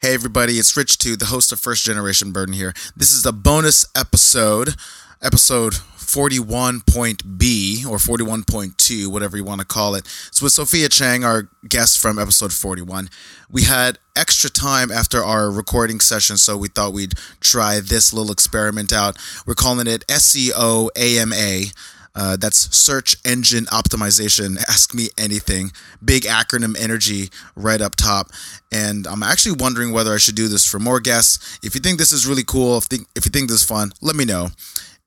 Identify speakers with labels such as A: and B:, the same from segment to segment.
A: Hey, everybody, it's Rich Too, the host of First Generation Burden here. This is a bonus episode, episode 41.B or 41.2, whatever you want to call it. It's with Sophia Chang, our guest from episode 41. We had extra time after our recording session, so we thought we'd try this little experiment out. We're calling it E SEO AMA. Uh, that's search engine optimization. Ask me anything. Big acronym energy right up top. And I'm actually wondering whether I should do this for more guests. If you think this is really cool, if, think, if you think this is fun, let me know.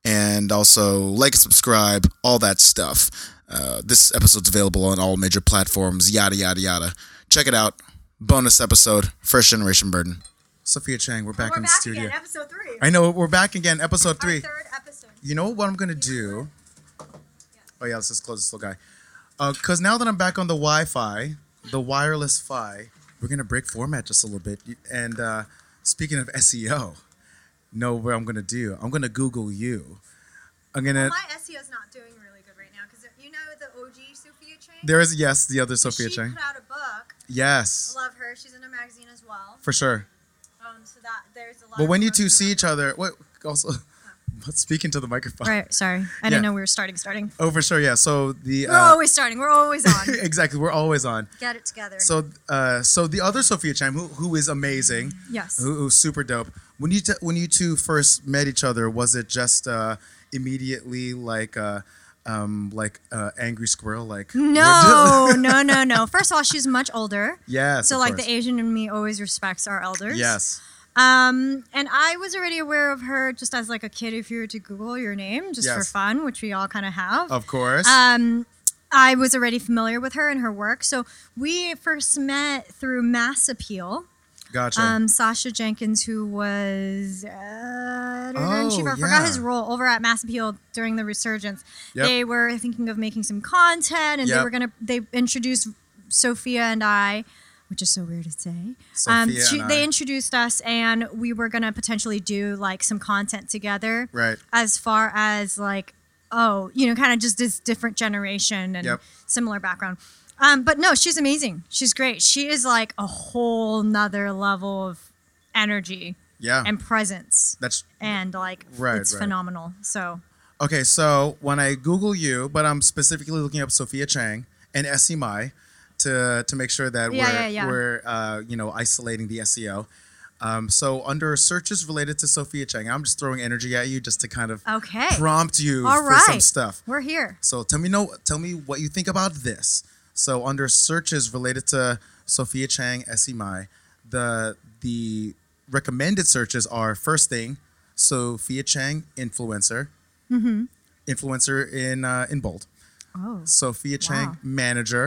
A: And also like, subscribe, all that stuff. Uh, this episode's available on all major platforms, yada, yada, yada. Check it out. Bonus episode, First Generation Burden. Sophia Chang, we're back
B: We're
A: in
B: back
A: the studio.
B: again, episode three.
A: I know, we're back again, episode
B: Our
A: three.
B: third episode.
A: You know what I'm gonna do? Oh yeah, let's just close this little guy. Uh, Cause now that I'm back on the Wi-Fi, the wireless Fi, we're gonna break format just a little bit. And uh, speaking of SEO, know what I'm gonna do? I'm gonna Google you. I'm gonna.
B: My SEO is not doing really good right now because you know the OG Sophia Chang.
A: There is yes, the other Sophia
B: she
A: Chang.
B: put out a book.
A: Yes,
B: Love her. She's in a magazine as well.
A: for sure.
B: Um, so that there's a lot.
A: But
B: of
A: when you
B: work
A: two
B: going
A: see
B: on.
A: each other, what also? Speaking to the microphone.
B: Right. Sorry, I
A: Yeah.
B: didn't know we were starting. Starting.
A: Oh, for sure. Yeah. So the.
B: We're
A: Uh,
B: always starting. We're always on.
A: exactly. We're always on.
B: Get it together.
A: So, uh, so the other Sophia Chang, who, who is amazing,
B: yes.
A: who, who's super dope. When you t- when you two first met each other, was it just uh, immediately like uh, um, like uh, angry squirrel? Like we're
B: no, no, no, no. First of all, she's much older.
A: do- yes.
B: So
A: of
B: like
A: course.
B: the Asian in me always respects our elders.
A: Yes.
B: Um, and I was already aware of her just as like a kid. If you were to Google your name just for
A: Yes.
B: fun, which we all kind of have.
A: Of course.
B: um, I was already familiar with her and her work. So we first met through Mass Appeal.
A: gotcha.
B: Um, Sasha Jenkins, who was editor in chief,
A: Oh,
B: I forgot
A: yeah.
B: his role over at Mass Appeal during the resurgence.
A: Yep.
B: They were thinking of making some content, and
A: Yep.
B: they were gonna. They introduced Sophia and I, which is so weird to say. Um,
A: Sophia and I.
B: They introduced us, and we were gonna potentially do like some content together
A: right.
B: as far as like oh you know kind of just this different generation and
A: Yep.
B: similar background um, but no she's amazing she's great she is like a whole nother level of energy
A: Yeah.
B: and presence
A: That's
B: and like
A: Right,
B: it's
A: right.
B: phenomenal so
A: okay. So when I Google you, but I'm specifically looking up Sophia Chang and SE Mai to to make sure that
B: Yeah,
A: we're
B: yeah, yeah.
A: we're uh, you know isolating the SEO. Um, so under searches related to Sophia Chang, I'm just throwing energy at you just to kind of
B: okay
A: prompt you
B: All
A: for some
B: right.
A: stuff.
B: we're here
A: So tell me no tell me what you think about this. So under searches related to Sophia Chang SEMI, the the recommended searches are first thing, Sophia Chang influencer.
B: Mm-hmm.
A: Influencer in uh, in bold.
B: oh
A: Sophia Chang
B: Wow.
A: manager.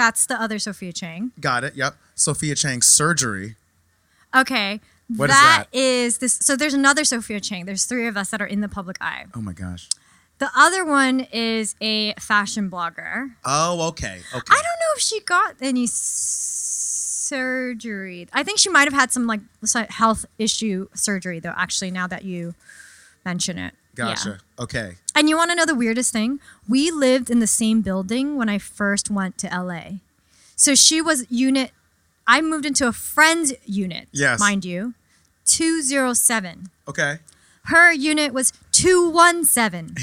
B: that's the other sophia chang
A: Got it. Yep. Sophia Chang surgery.
B: okay
A: What is that?
B: that is this so there's another sophia chang there's three of us that are in the public eye
A: Oh my gosh.
B: the other one is a fashion blogger
A: Oh, okay. Okay.
B: I don't know if she got any s- surgery. I think she might have had some like s- health issue surgery though. Actually, now that you mention it, Yeah.
A: Gotcha. Okay.
B: And you want to know the weirdest thing? We lived in the same building when I first went to LA. So she was unit. I moved into a friend's unit,
A: Yes.
B: mind you, two zero seven.
A: Okay.
B: Her unit was two one seven.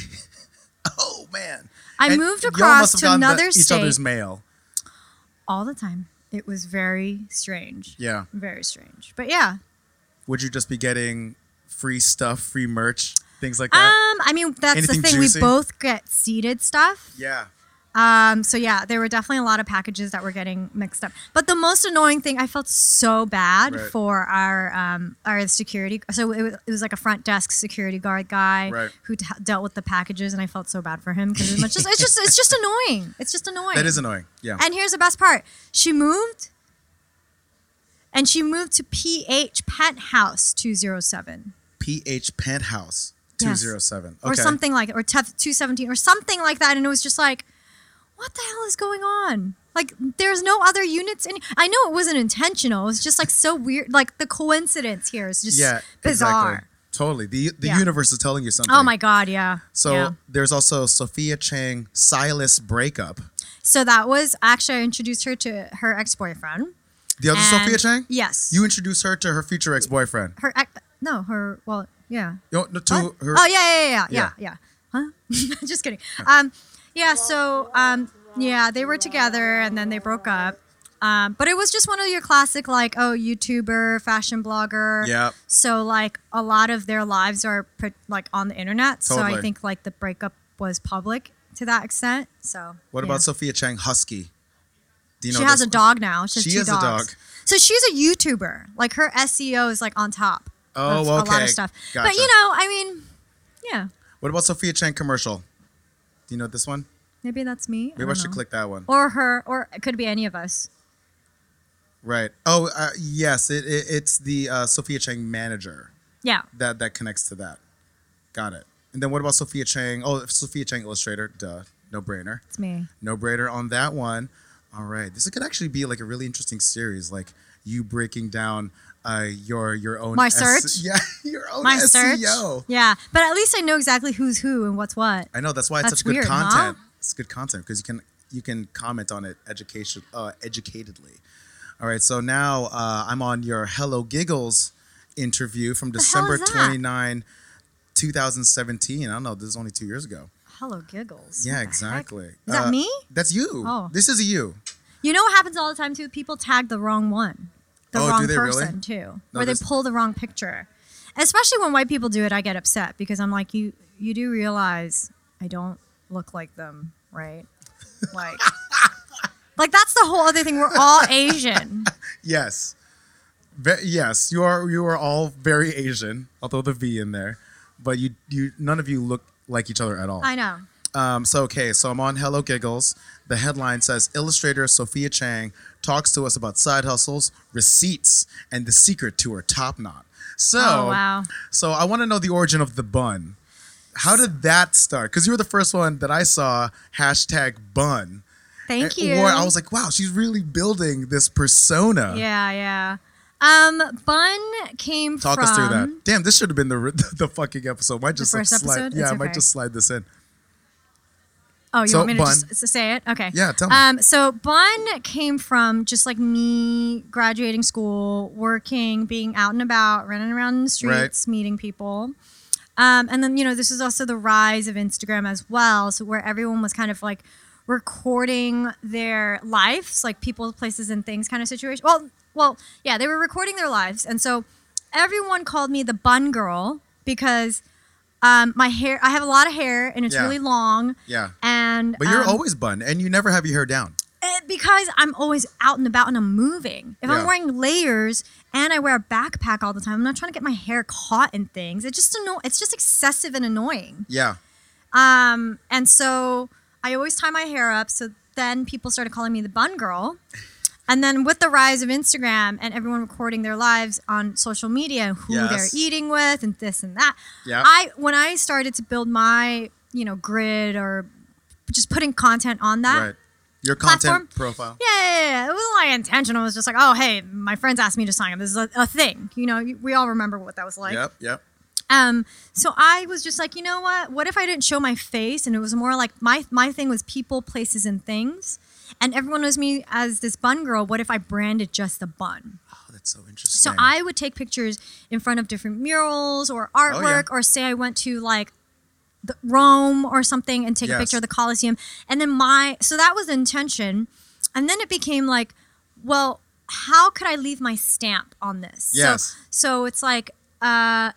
A: Oh man.
B: I
A: And
B: moved
A: y'all must
B: across
A: have
B: to
A: gotten the-
B: another
A: each other's
B: state.
A: mail.
B: all the time. It was very strange.
A: Yeah.
B: Very strange. But yeah.
A: would you just be getting free stuff, free merch, things like that?
B: Um, I mean, that's
A: Anything
B: the thing.
A: juicy?
B: We both get seeded stuff.
A: yeah.
B: Um, so yeah, there were definitely a lot of packages that were getting mixed up. But the most annoying thing, I felt so bad
A: Right.
B: for our um, our security. So it was, it was like a front desk security guard guy
A: Right.
B: who t- dealt with the packages, and I felt so bad for him because it's just it's just it's just annoying. It's just annoying.
A: That is annoying. Yeah.
B: And here's the best part. She moved and she moved to PH Penthouse 207
A: PH Penthouse
B: Yes.
A: 207.
B: or
A: Okay.
B: something like or Tef 217 or something like that and it was just like what the hell is going on? Like there's no other units in I know it wasn't intentional. It was just like so weird like the coincidence here is just
A: Yeah.
B: bizarre.
A: Exactly. Totally. The the
B: Yeah.
A: universe is telling you something.
B: Oh my god, yeah.
A: So
B: yeah.
A: there's also Sophia Chang Silas breakup.
B: So that was actually I introduced her to her ex boyfriend,
A: The other
B: And-
A: Sophia Chang?
B: Yes.
A: You introduced her to her future ex boyfriend.
B: her ex- no her well yeah
A: You know, to
B: What?
A: her.
B: oh yeah yeah yeah
A: Yeah.
B: yeah yeah, yeah. huh just kidding um yeah so um yeah they were together and then they broke up um but it was just one of your classic like oh youtuber fashion blogger
A: Yep.
B: so like a lot of their lives are put, like on the internet so
A: Totally.
B: i think like the breakup was public to that extent so
A: What
B: yeah.
A: about Sophia Chang Husky? Do you
B: she has
A: this
B: a
A: one?
B: dog now she has,
A: She
B: two
A: has a
B: dogs.
A: dog.
B: so she's a youtuber like her seo is like on top
A: Oh,
B: of a lot
A: okay.
B: of stuff but
A: Gotcha.
B: you know i mean yeah
A: What about Sophia Chang commercial? Do you know this one?
B: Maybe that's me.
A: Maybe I,
B: don't
A: should
B: know.
A: click that one.
B: Or her, or it could be any of us.
A: Right. Oh, uh, yes. It, it, it's the uh, Sophia Chang manager
B: Yeah.
A: that that connects to that. Got it. And then what about Sophia Chang? Oh, Sophia Chang illustrator. Duh. No brainer.
B: It's me.
A: No brainer on that one. All right. This could actually be like a really interesting series, like you breaking down uh, your your own
B: My
A: S- E
B: search?
A: Oh, Yeah, your own E
B: My
A: SEO.
B: search. Yeah. But at least I know exactly who's who and what's what.
A: I know that's why it's
B: That's
A: such good
B: weird, huh?
A: content. It's good content because you can you can comment on it education uh, educatedly. All right, so now uh, I'm on your Hello Giggles interview from
B: hell
A: December
B: is that?
A: 29, 2017. I don't know, this is only two years ago.
B: Hello, giggles. What
A: yeah,
B: the heck?
A: exactly.
B: Is that
A: Uh,
B: me?
A: That's you.
B: Oh.
A: This is you.
B: You know what happens all the time too? People tag the wrong one, the
A: Oh, do
B: wrong
A: they really?
B: person too,
A: No,
B: or they
A: this-
B: pull the wrong picture. Especially when white people do it, I get upset because I'm like, you you do realize I don't look like them, right? Like, like that's the whole other thing. We're all Asian.
A: Yes. Ve- yes, you are you are all very Asian, although the V in there. But you you none of you look like each other at all.
B: I know.
A: Um, so okay, so I'm on Hello Giggles. The headline says illustrator Sophia Chang talks to us about side hustles, receipts, and the secret to her top knot. So,
B: Oh, wow.
A: so I want to know the origin of the bun. How did that start? Because you were the first one that I saw hashtag bun.
B: Thank
A: And-
B: you.
A: Or I was like, uh. wow, she's really building this persona.
B: Yeah, yeah. Um, bun came
A: Talk
B: from.
A: us through that. Damn, this should have been the the, fucking episode. Might just like,
B: first
A: slide.
B: episode?
A: Yeah,
B: It's
A: I might
B: okay.
A: just slide this in.
B: Oh, you
A: So,
B: want me to
A: bun.
B: just s- say it? Okay.
A: Yeah, tell me.
B: Um, so bun came from just like me graduating school, working, being out and about, running around in the
A: Right.
B: streets, meeting people. Um, and then you know this is also the rise of Instagram as well, so where everyone was kind of like recording their lives, like people, places, and things kind of situation. Well, well, yeah, they were recording their lives, and so everyone called me the bun girl because um, my hair. I have a lot of hair, and it's
A: Yeah.
B: really long.
A: Yeah.
B: And
A: But you're
B: um,
A: always bun, and you never have your hair down.
B: eh, because I'm always out and about and I'm moving. If
A: Yeah.
B: I'm wearing layers and I wear a backpack all the time, I'm not trying to get my hair caught in things. It's just anno- It's just excessive and annoying.
A: Yeah.
B: Um, and so I always tie my hair up. So then people started calling me the bun girl. And then with the rise of Instagram and everyone recording their lives on social media and who
A: Yes.
B: they're eating with and this and that,
A: Yeah.
B: I when I started to build my you know grid or just putting content on that.
A: Right. Your content
B: platform.
A: profile.
B: Yeah, yeah, yeah. it wasn't like intentional. It was just like, oh, hey, my friends asked me to sign up. This is a, a thing. You know, you- we all remember what that was like.
A: Yep. Yep.
B: Um, so I was just like, you know what? What if I didn't show my face? And it was more like my my thing was people, places, and things. And everyone knows me as this bun girl. What if I branded just the bun?
A: Oh, that's so interesting.
B: So I would take pictures in front of different murals or
A: Oh,
B: artwork, or say I went to like the, Rome or something and take
A: Yes.
B: a picture of the Colosseum. And then my so that was the intention, and then it became like, well, how could I leave my stamp on this?
A: Yes.
B: So, so it's like. Uh,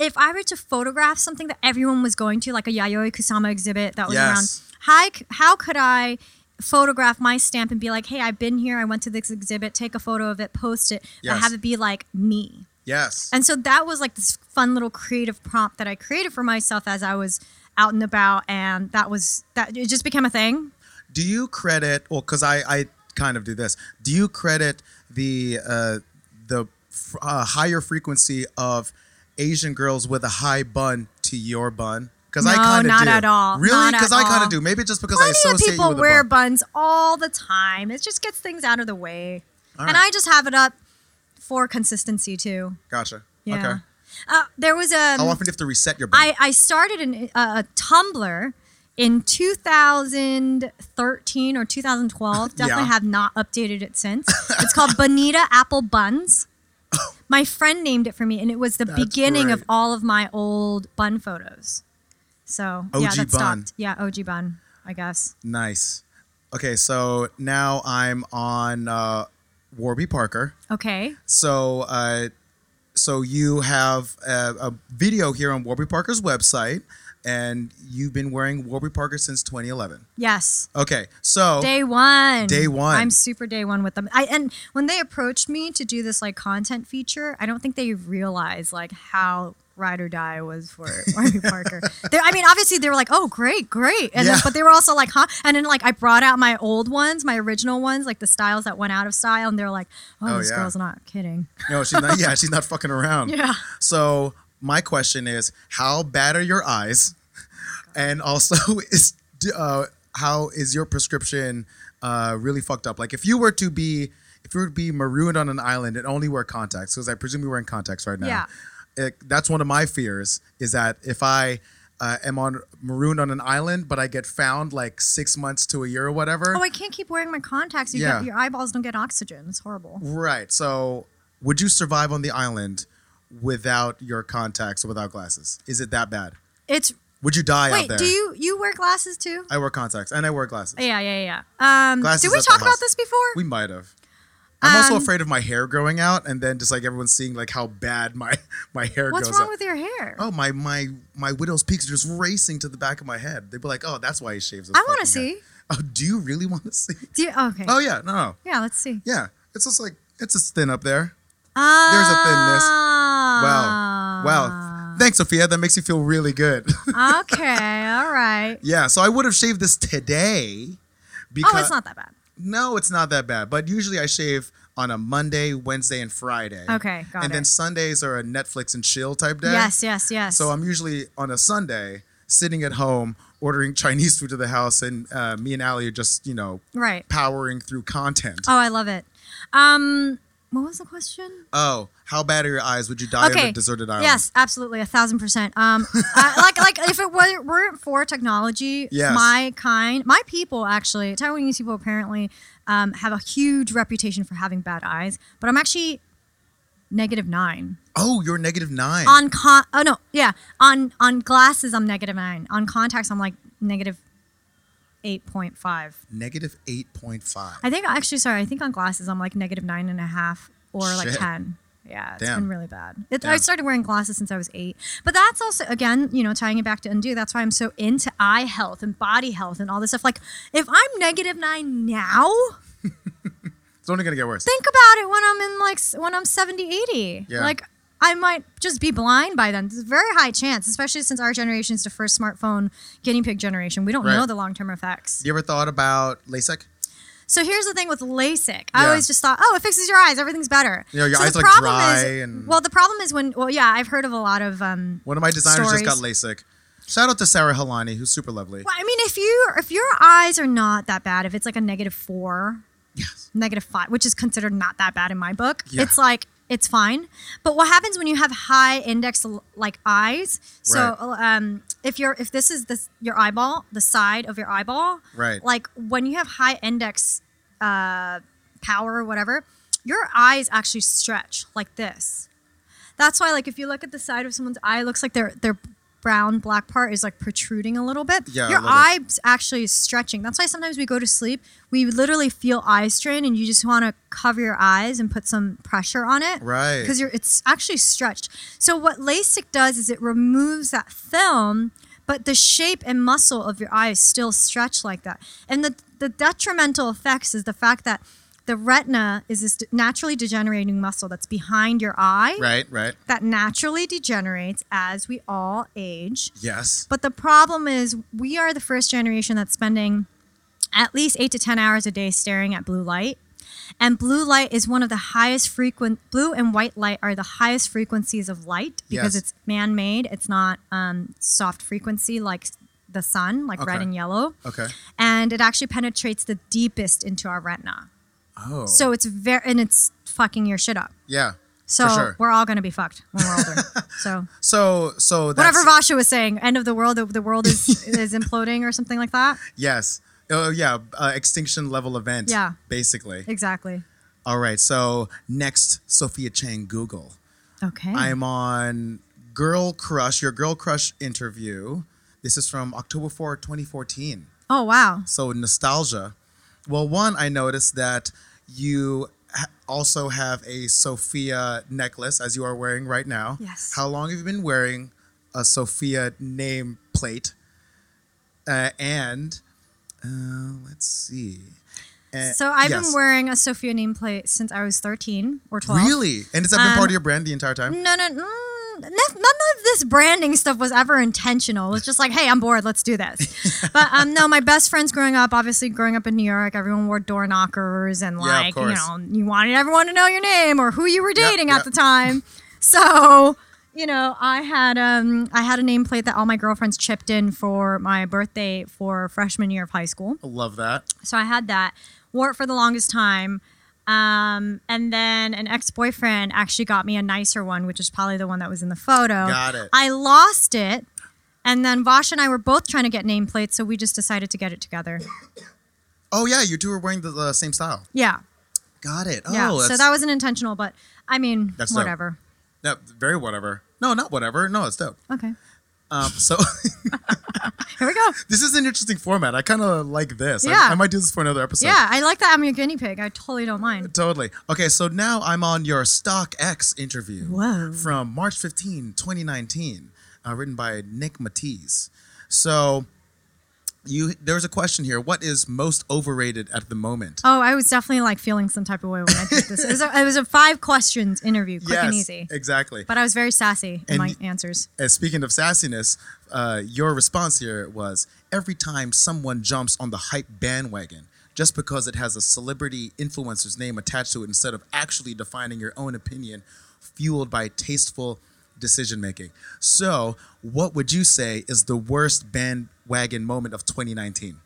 B: if I were to photograph something that everyone was going to, like a Yayoi Kusama exhibit that was
A: Yes.
B: around, how, I c- how could I photograph my stamp and be like, hey, I've been here, I went to this exhibit, take a photo of it, post it,
A: Yes.
B: but have it be like me?
A: yes.
B: And so that was like this fun little creative prompt that I created for myself as I was out and about. And that was, that it just became a thing.
A: do you credit? Well, because I I kind of do this. Do you credit the uh, the f- uh, higher frequency of Asian girls with a high bun to your bun? Because I
B: No,
A: kind of
B: not
A: do.
B: at all.
A: Really?
B: Not at
A: Because I kind
B: all.
A: of do. Maybe just because I
B: Plenty of
A: associate you
B: people
A: with
B: wear
A: a bun.
B: buns all the time. It just gets things out of the way.
A: All
B: And
A: right.
B: I just have it up for consistency too.
A: Gotcha.
B: Yeah.
A: Okay.
B: Uh, there was a.
A: How often do you have to reset your bun?
B: I, I started an, uh, a Tumblr in 2013 or 2012. Definitely
A: Yeah.
B: have not updated it since. It's called Bonita Apple Buns. My friend named it for me, and it was the
A: That's
B: beginning of
A: great.
B: all of my old bun photos. So yeah,
A: OG
B: that
A: bun.
B: stopped. Yeah, OG bun. I guess.
A: Nice. Okay, so now I'm on uh, Warby Parker.
B: Okay.
A: So, uh, so you have a, a video here on Warby Parker's website, and you've been wearing Warby Parker since 2011.
B: Yes.
A: Okay, so
B: Day one.
A: Oh, Day one.
B: I'm super day one with them. I and when they approached me to do this like content feature, I don't think they realized like how ride or die was for Warby Parker. They, I mean, obviously they were like, "Oh, great, great," and then,
A: Yeah.
B: but they were also like, "Huh?" And then like I brought out my old ones, my original ones, like the styles that went out of style, and they were like, "Oh,
A: Oh,
B: this
A: yeah.
B: girl's not kidding."
A: no, she's not. Yeah, she's not fucking around.
B: Yeah.
A: So my question is, how bad are your eyes? And also, is uh, how is your prescription uh, really fucked up? Like, if you were to be, if you were to be marooned on an island and only wear contacts, because I presume you're wearing contacts right now.
B: Yeah.
A: It, that's one of my fears is that if I uh, am on marooned on an island, but I get found like six months to a year or whatever.
B: Oh, I can't keep wearing my contacts. You
A: Yeah.
B: get, your eyeballs don't get oxygen. It's horrible.
A: right. So, would you survive on the island without your contacts or without glasses? Is it that bad?
B: It's
A: Would you die out
B: wait.
A: there?
B: Do you you wear glasses too?
A: I wear contacts and I wear glasses.
B: Yeah, yeah, yeah. Um,
A: Glasses
B: did we
A: at the
B: talk about
A: house.
B: this before?
A: We might have. I'm also
B: Um,
A: afraid of my hair growing out and then just like everyone seeing like how bad my my hair
B: What's
A: goes
B: wrong
A: out.
B: with your hair?
A: oh my my my widow's peaks are just racing to the back of my head. They'd be like, oh, that's why he shaves. His
B: I want to
A: fucking head."
B: see.
A: Oh, do you really want to see?
B: Do you, okay.
A: Oh yeah, no, no,
B: yeah, let's see.
A: yeah. It's just like it's just thin up there.
B: Ah,
A: a thinness. Wow, wow. Thanks, Sophia. That makes you feel really good.
B: Ah, okay, all right.
A: yeah. So I would have shaved this today. Because
B: Oh, it's not that bad.
A: No, it's not that bad. But usually I shave on a Monday, Wednesday, and Friday.
B: Okay, got
A: And then
B: it.
A: Sundays are a Netflix and chill type day.
B: Yes, yes, yes.
A: So I'm usually on a Sunday sitting at home ordering Chinese food to the house, and uh, me and Ali are just you know
B: right.
A: powering through content.
B: Oh, I love it. Um, what was the question?
A: Oh, how bad are your eyes? Would you die on
B: okay.
A: a deserted island?
B: Yes, absolutely, a thousand percent. Um, I- like like if it were, weren't for technology,
A: Yes.
B: my kind, my people actually, Taiwanese people apparently um, have a huge reputation for having bad eyes. But I'm actually negative nine.
A: Oh, you're negative nine.
B: on con oh no yeah on on glasses I'm negative nine on contacts I'm like negative eight point five
A: Negative eight point five.
B: I think actually sorry I think on glasses I'm like negative nine and a half or like
A: Shit.
B: ten yeah it's
A: Damn.
B: been really bad it, I
A: Damn.
B: started wearing glasses since I was eight but that's also again you know tying it back to undo that's why I'm so into eye health and body health and all this stuff like if I'm negative nine now
A: It's only gonna get worse.
B: think about it when I'm in like s- when I'm 70, 80.
A: Yeah.
B: Like I might just be blind by then. There's a very high chance, especially since our generation is the first smartphone guinea pig generation. We don't
A: Right.
B: know the long term effects.
A: you ever thought about LASIK?
B: So here's the thing with LASIK. I
A: Yeah.
B: always just thought, oh, it fixes your eyes. Everything's better.
A: Yeah, your
B: so
A: eyes,
B: the
A: like,
B: problem
A: dry
B: is,
A: and-
B: well, the problem is when well, yeah, I've heard of a lot of um.
A: One of my designers just got
B: Stories.
A: LASIK. Shout out to Sarah Halani, who's super lovely.
B: Well, I mean, if you if your eyes are not that bad, if it's like a negative four,
A: Yes.
B: negative five, which is considered not that bad in my book.
A: Yeah.
B: It's like it's fine. But what happens when you have high index l- like eyes? So um, if you're if this is this your eyeball, the side of your eyeball,
A: Right.
B: Like when you have high index uh, power or whatever, your eyes actually stretch like this. That's why like if you look at the side of someone's eye, it looks like their their brown black part is like protruding a little bit
A: Yeah, a
B: your
A: little.
B: eyes actually is stretching. That's why sometimes we go to sleep, we literally feel eye strain, and you just want to cover your eyes and put some pressure on it,
A: Right.
B: Because you're it's actually stretched. So what LASIK does is it removes that film, but the shape and muscle of your eye is still stretched like that. And the the detrimental effects is the fact that the retina is this naturally degenerating muscle that's behind your eye
A: Right. Right.
B: that naturally degenerates as we all age.
A: Yes.
B: But the problem is, we are the first generation that's spending at least eight to 10 hours a day staring at blue light. And blue light is one of the highest frequent, blue and white light are the highest frequencies of light because
A: Yes.
B: it's man made. It's not um, soft frequency like s- the sun, like red
A: Okay.
B: and yellow.
A: Okay.
B: And it actually penetrates the deepest into our retina.
A: Oh.
B: So it's very, and it's fucking your shit up.
A: yeah.
B: So
A: sure.
B: we're all gonna be fucked when we're older. so
A: So so that's,
B: whatever Vasha was saying, end of the world, the, the world is is imploding or something like that.
A: Yes. Oh yeah, uh, extinction level event.
B: Yeah.
A: Basically.
B: Exactly.
A: All right. So next, Sophia Chang Google.
B: Okay.
A: I am on Girl Crush, your Girl Crush interview. This is from October 4, 2014.
B: oh wow.
A: So nostalgia. Well, one, I noticed that you ha- also have a Sophia necklace as you are wearing right now.
B: Yes.
A: How long have you been wearing a Sophia name plate? Uh, and uh, let's see. Uh,
B: So I've
A: yes.
B: been wearing a Sophia nameplate since I was 13 or 12.
A: Really? And it's been
B: Um,
A: part of your brand the entire time?
B: No, no, mm, none of this branding stuff was ever intentional. It's just like, hey, I'm bored. Let's do this. but um, no, my best friends growing up, obviously growing up in New York, everyone wore door knockers and
A: Yeah, of
B: like, you
A: course.
B: know, you wanted everyone to know your name or who you were
A: Yep,
B: dating
A: yep.
B: at the time. So. You know, I had um, I had a nameplate that all my girlfriends chipped in for my birthday for freshman year of high school.
A: I love that.
B: So I had that, wore it for the longest time. Um, and then an ex boyfriend actually got me a nicer one, which is probably the one that was in the photo.
A: Got it.
B: I lost it. And then Vosh and I were both trying to get nameplates, so we just decided to get it together.
A: Oh, yeah, you two are wearing the, the same style.
B: Yeah.
A: Got it. Oh,
B: Yeah. so
A: that's-
B: that wasn't intentional, but I mean,
A: That's dope.
B: whatever.
A: No, very whatever. No, not whatever. No, it's dope.
B: Okay.
A: Um, so
B: Here we go.
A: this is an interesting format. I kind of like this. I-
B: Yeah.
A: I, might do this for another episode.
B: yeah, I like that I'm your guinea pig. I totally don't mind.
A: Totally. Okay, so now I'm on your Stock X interview
B: Whoa.
A: from March 15, 2019, uh, written by Nick Matisse. So you there's a question here. What is most overrated at the moment?
B: Oh, I was definitely like feeling some type of way when I did this. It was a, it was a five questions interview, quick and easy.
A: exactly.
B: But I was very sassy in
A: And
B: my
A: y-
B: answers.
A: And speaking of sassiness, uh, your response here was every time someone jumps on the hype bandwagon, just because it has a celebrity influencer's name attached to it instead of actually defining your own opinion, fueled by tasteful decision making. So, what would you say is the worst bandwagon moment of 2019?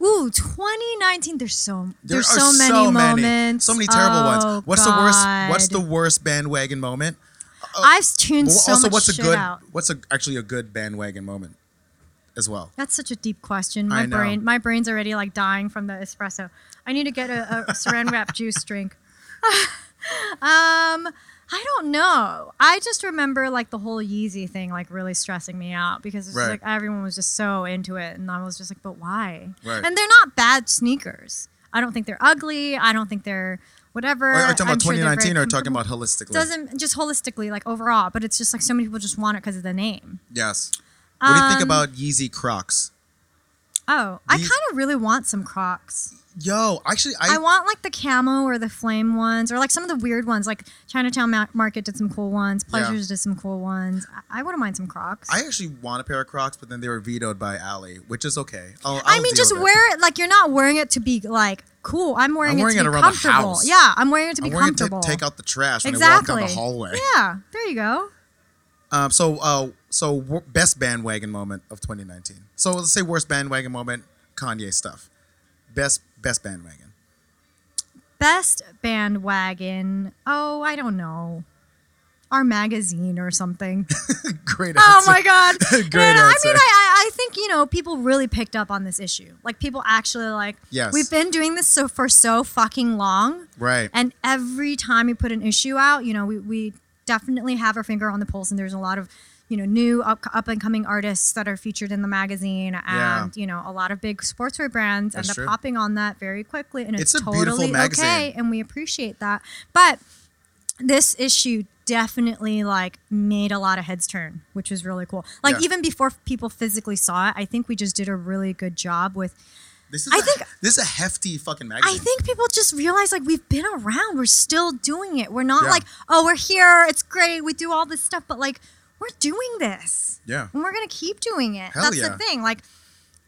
B: Ooh, 2019. There's so
A: There
B: there's
A: are
B: so many moments.
A: so many terrible
B: Oh,
A: ones. What's the worst? What's the
B: God.
A: worst bandwagon moment?
B: I've tuned
A: Well,
B: so
A: also,
B: much
A: what's a
B: shit
A: good?
B: out.
A: What's a, actually a good bandwagon moment, as well?
B: That's such a deep question.
A: I
B: My
A: know.
B: brain, my brain's already like dying from the espresso. I need to get a, a saran wrap juice drink. um, I don't know. I just remember like the whole Yeezy thing, like really stressing me out because it's just,
A: Right.
B: like everyone was just so into it, and I was just like, but why?
A: Right.
B: And they're not bad sneakers. I don't think they're ugly. I don't think they're whatever.
A: Or Are you talking
B: I'm
A: about
B: sure they're
A: 2019
B: very
A: or talking
B: comfortable.
A: about holistically?
B: doesn't just holistically like overall, but it's just like so many people just want it because of the name.
A: yes. What do you think
B: Um,
A: about Yeezy Crocs?
B: Oh, I
A: These-
B: kind of really want some Crocs.
A: Yo, actually, I,
B: I want like the camo or the flame ones, or like some of the weird ones. Like Chinatown Ma- Market did some cool ones. Pleasures did some cool ones. I, I wouldn't mind some Crocs.
A: I actually want a pair of Crocs, but then they were vetoed by Allie, which is okay. I'll, I'll
B: I
A: deal
B: mean, just
A: with it.
B: wear it like you're not wearing it to be like cool. I'm wearing
A: I'm
B: it
A: wearing
B: to
A: it
B: be
A: around the
B: comfortable.
A: house.
B: Yeah, I'm wearing it to be
A: I'm wearing it to
B: comfortable.
A: take out the trash when
B: exactly.
A: I walk down the hallway.
B: Yeah, there you go.
A: Um, so, uh, so wor- best bandwagon moment of 2019. So let's say worst bandwagon moment, Kanye stuff. Best best bandwagon.
B: Best bandwagon. Oh, I don't know. Our magazine or something.
A: Great
B: Oh
A: answer.
B: my god!
A: Great
B: Man, I
A: answer.
B: mean, I, I I think you know people really picked up on this issue. Like people actually like.
A: Yes.
B: We've been doing this so for so fucking long,
A: Right.
B: and every time we put an issue out, you know, we we definitely have our finger on the pulse, and there's a lot of you know new up up and coming artists that are featured in the magazine, and
A: Yeah.
B: you know a lot of big sportswear brands end
A: That's
B: up
A: true.
B: hopping on that very quickly, and it's,
A: It's a
B: totally
A: beautiful magazine.
B: okay, and we appreciate that, but this issue definitely like made a lot of heads turn, which was really cool. Like
A: Yeah.
B: even before people physically saw it, I think we just did a really good job with.
A: this is
B: I
A: a-
B: think-
A: this is a hefty fucking magazine.
B: I think people just realize like we've been around, we're still doing it. We're not
A: Yeah.
B: like oh we're here, it's great, we do all this stuff, but like we're doing this
A: yeah.
B: and we're gonna keep doing it.
A: Hell
B: That's
A: yeah.
B: the thing, like.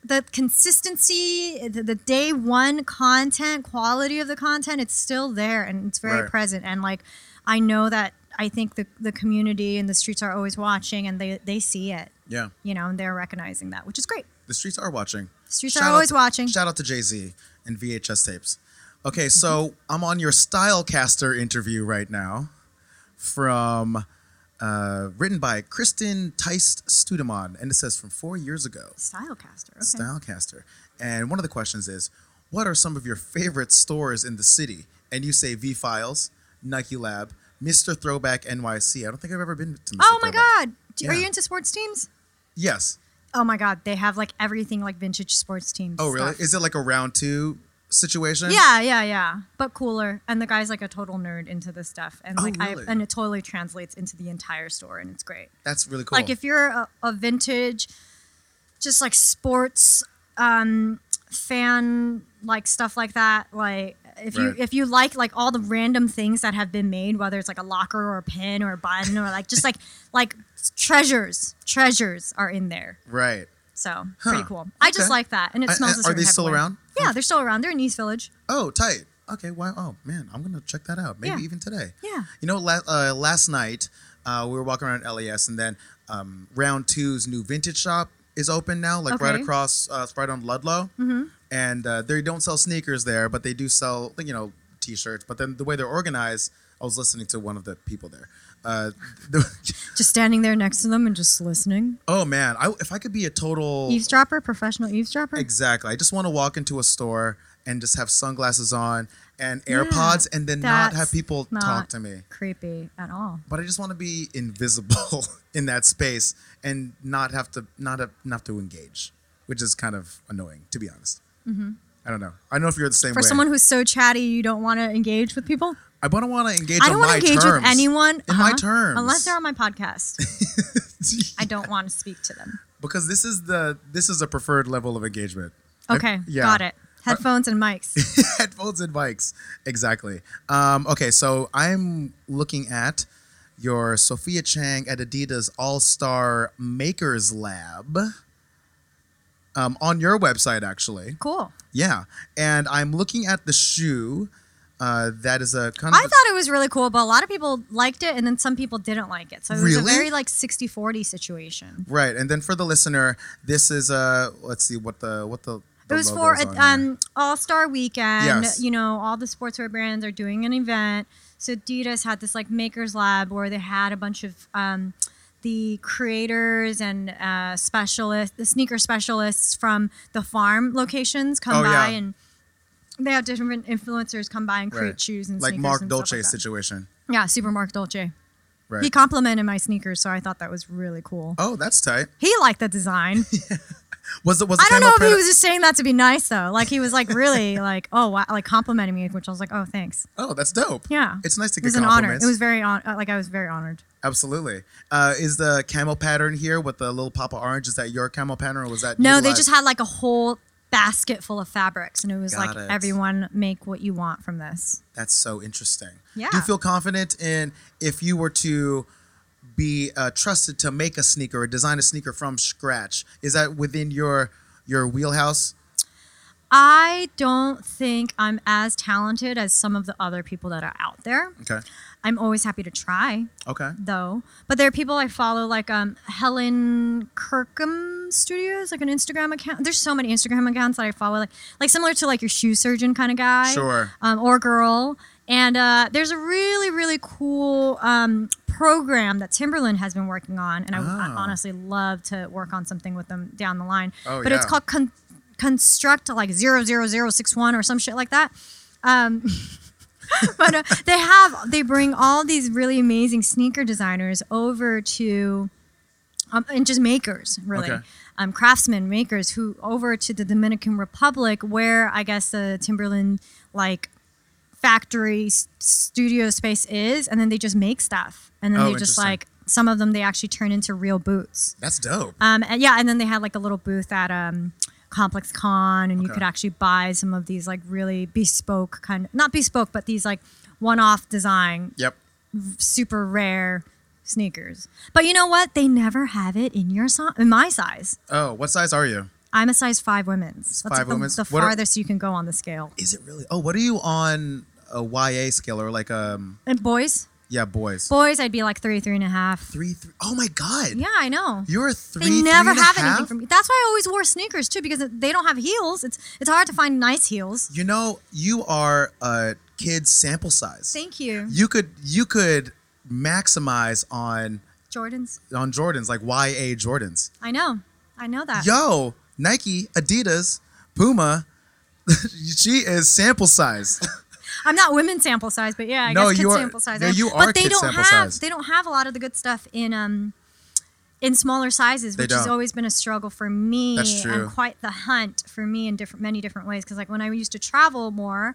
B: The consistency, the, the day one content, quality of the content, it's still there and it's very
A: Right.
B: present. And like, I know that I think the, the community and the streets are always watching and they, they see it,
A: Yeah.
B: you know, and they're recognizing that, which is great.
A: The streets are watching.
B: Streets
A: Shout
B: are
A: out
B: always
A: to-
B: watching.
A: Shout out to Jay Z and VHS tapes. Okay, so I'm on your Stylecaster interview right now from uh, written by Kristen Teist Studemon, and it says from four years ago.
B: Stylecaster. Okay.
A: Stylecaster. And one of the questions is, what are some of your favorite stores in the city? And you say V Files, Nike Lab, Mr. Throwback NYC. I don't think I've ever been to Mr.
B: oh my
A: Throwback.
B: god. Do- Are
A: Yeah.
B: you into sports teams?
A: Yes.
B: Oh my god, they have like everything like vintage sports teams.
A: Oh really?
B: stuff.
A: Is it like a round two situation?
B: Yeah, yeah, yeah. But cooler. And the guy's like a total nerd into this stuff. And
A: Oh,
B: like
A: really?
B: I and it totally translates into the entire store and it's great.
A: That's really cool.
B: Like if you're a, a vintage, just like sports um, fan, like stuff like that. Like if you
A: Right.
B: if you like like all the random things that have been made, whether it's like a locker or a pin or a button or like just like like treasures, treasures are in there.
A: right.
B: So
A: Huh.
B: pretty cool. I just
A: Okay.
B: like that, and it
A: I-
B: smells.
A: I-
B: a
A: are
B: certain
A: they
B: type of
A: still
B: way.
A: around?
B: Yeah, they're still around. They're in East Village.
A: Oh, tight. Okay. Wow. Oh man, I'm gonna check that out. Maybe
B: Yeah.
A: even today.
B: Yeah.
A: You know, la- uh, last night uh, we were walking around LAS, and then um, Round Two's new vintage shop is open now, like right
B: Okay.
A: across, uh, it's right on Ludlow. Mm-hmm. And uh, they don't sell sneakers there, but they do sell, you know, t-shirts. But then the way they're organized, I was listening to one of the people there. Uh, the-
B: Just standing there next to them and just listening.
A: oh man, I, if I could be a total
B: Eavesdropper, professional eavesdropper.
A: Exactly. I just want to walk into a store and just have sunglasses on and AirPods and then not
B: that's
A: have people talk
B: not
A: to me.
B: Creepy at all.
A: But I just want to be invisible in that space and not have to not have, not have to engage, which is kind of annoying to be honest. I don't know. I don't know if you're the same
B: Mm-hmm. For
A: way.
B: someone who's so chatty, you don't want to engage with people.
A: I don't want to engage.
B: I don't
A: on
B: want
A: my
B: to engage
A: terms.
B: with anyone
A: in my
B: uh-huh,
A: terms,
B: unless they're on my podcast. I don't want to speak to them.
A: because this is the this is a preferred level of engagement. I-
B: Okay,
A: yeah. Uh,
B: got it. Headphones and mics.
A: headphones and mics. Exactly. Um, okay, so I'm looking at your Sophia Chang at Adidas All Star Makers Lab um, on your website, actually.
B: Cool.
A: Yeah, and I'm looking at the shoe uh, that is a kind of.
B: I thought it was really cool, but a lot of people liked it, and then some people didn't like it. So it was a
A: Really?
B: very like 60-40 situation.
A: Right, and then for the listener, this is uh let's see what the what the, the
B: it was
A: logo
B: for
A: is
B: a,
A: on here.
B: um, All Star Weekend.
A: Yes.
B: You know, all the sportswear brands are doing an event. So Adidas had this like makers lab where they had a bunch of um, the creators and uh, specialists, the sneaker specialists from the farm locations come
A: Oh,
B: by
A: yeah.
B: and they have different influencers come by and create
A: Right.
B: shoes and
A: like
B: sneakers
A: Mark
B: and stuff
A: Dolce
B: like that.
A: situation.
B: Yeah, super Mark Dolce.
A: Right.
B: He complimented my sneakers, so I thought that was really cool.
A: oh, that's tight.
B: He liked the design.
A: Was it was the
B: I
A: camel
B: don't know if he
A: print-
B: was just saying that to be nice though. Like he was like really like oh wow, like complimenting me, which I was like oh thanks.
A: Oh, that's dope.
B: Yeah,
A: It's nice to
B: It
A: get
B: was an honor.
A: compliments.
B: It was very on- uh, like I was very honored.
A: Absolutely. Uh, is the camel pattern here with the little Papa Orange? Is that your camel pattern or was that?
B: No, they
A: utilized-
B: just had like a whole basket full of fabrics, and it was
A: Got
B: like
A: it.
B: everyone make what you want from this.
A: That's so interesting.
B: Yeah.
A: Do you feel confident in if you were to be uh, trusted to make a sneaker or design a sneaker from scratch? Is that within your your wheelhouse?
B: I don't think I'm as talented as some of the other people that are out there.
A: Okay.
B: I'm always happy to try.
A: Okay.
B: though. But there are people I follow, like um, Helen Kirkham Studios, like an Instagram account. There's so many Instagram accounts that I follow, like like similar to like your shoe surgeon kind of guy,
A: Sure.
B: um, or girl. And uh, there's a really really cool um, program that Timberland has been working on, and I, would
A: Oh.
B: honestly love to work on something with them down the line.
A: Oh,
B: but it's
A: yeah.
B: called con- Construct like 00061 or some shit like that. Um, but uh, they have they bring all these really amazing sneaker designers over to um, and just makers really
A: Okay.
B: um, craftsmen makers who over to the dominican republic where i guess the timberland like factory s- studio space is and then they just make stuff and then
A: Oh,
B: they just
A: interesting.
B: like some of them they actually turn into real boots
A: That's dope.
B: um, and yeah, and then they had like a little booth at um, Complex Con, and you
A: Okay.
B: could actually buy some of these like really bespoke kind of not bespoke, but these like one-off design,
A: Yep.
B: super rare sneakers. But you know what? They never have it in your size, in my size.
A: Oh, what size are you?
B: I'm a size five women's. That's
A: Five
B: the,
A: women's.
B: the
A: What are-
B: farthest you can go on the scale.
A: Is it really? Oh, what are you on a YA scale or like um
B: And boys,
A: yeah boys?
B: boys, I'd be like three, three and a half.
A: Three, three. Oh my god.
B: Yeah, I know.
A: You're a three.
B: they never
A: three and a
B: have anything
A: half?
B: for me. That's why I always wore sneakers too, because they don't have heels. It's it's hard to find nice heels.
A: You know, you are a kid's sample size.
B: Thank you.
A: You could you could maximize on
B: Jordans.
A: on Jordans, like YA Jordans.
B: I know. I know that.
A: Yo, Nike, Adidas, Puma, she is sample size.
B: I'm not women sample size, but yeah, I
A: No,
B: guess kid
A: you are-
B: sample size.
A: no,
B: I am.
A: you are
B: but they
A: kid
B: don't
A: sample
B: have
A: size.
B: they don't have a lot of the good stuff in um in smaller sizes,
A: They
B: which has
A: don't.
B: always been a struggle for me
A: That's true.
B: and quite the hunt for me in different many different ways. Because like when I used to travel more,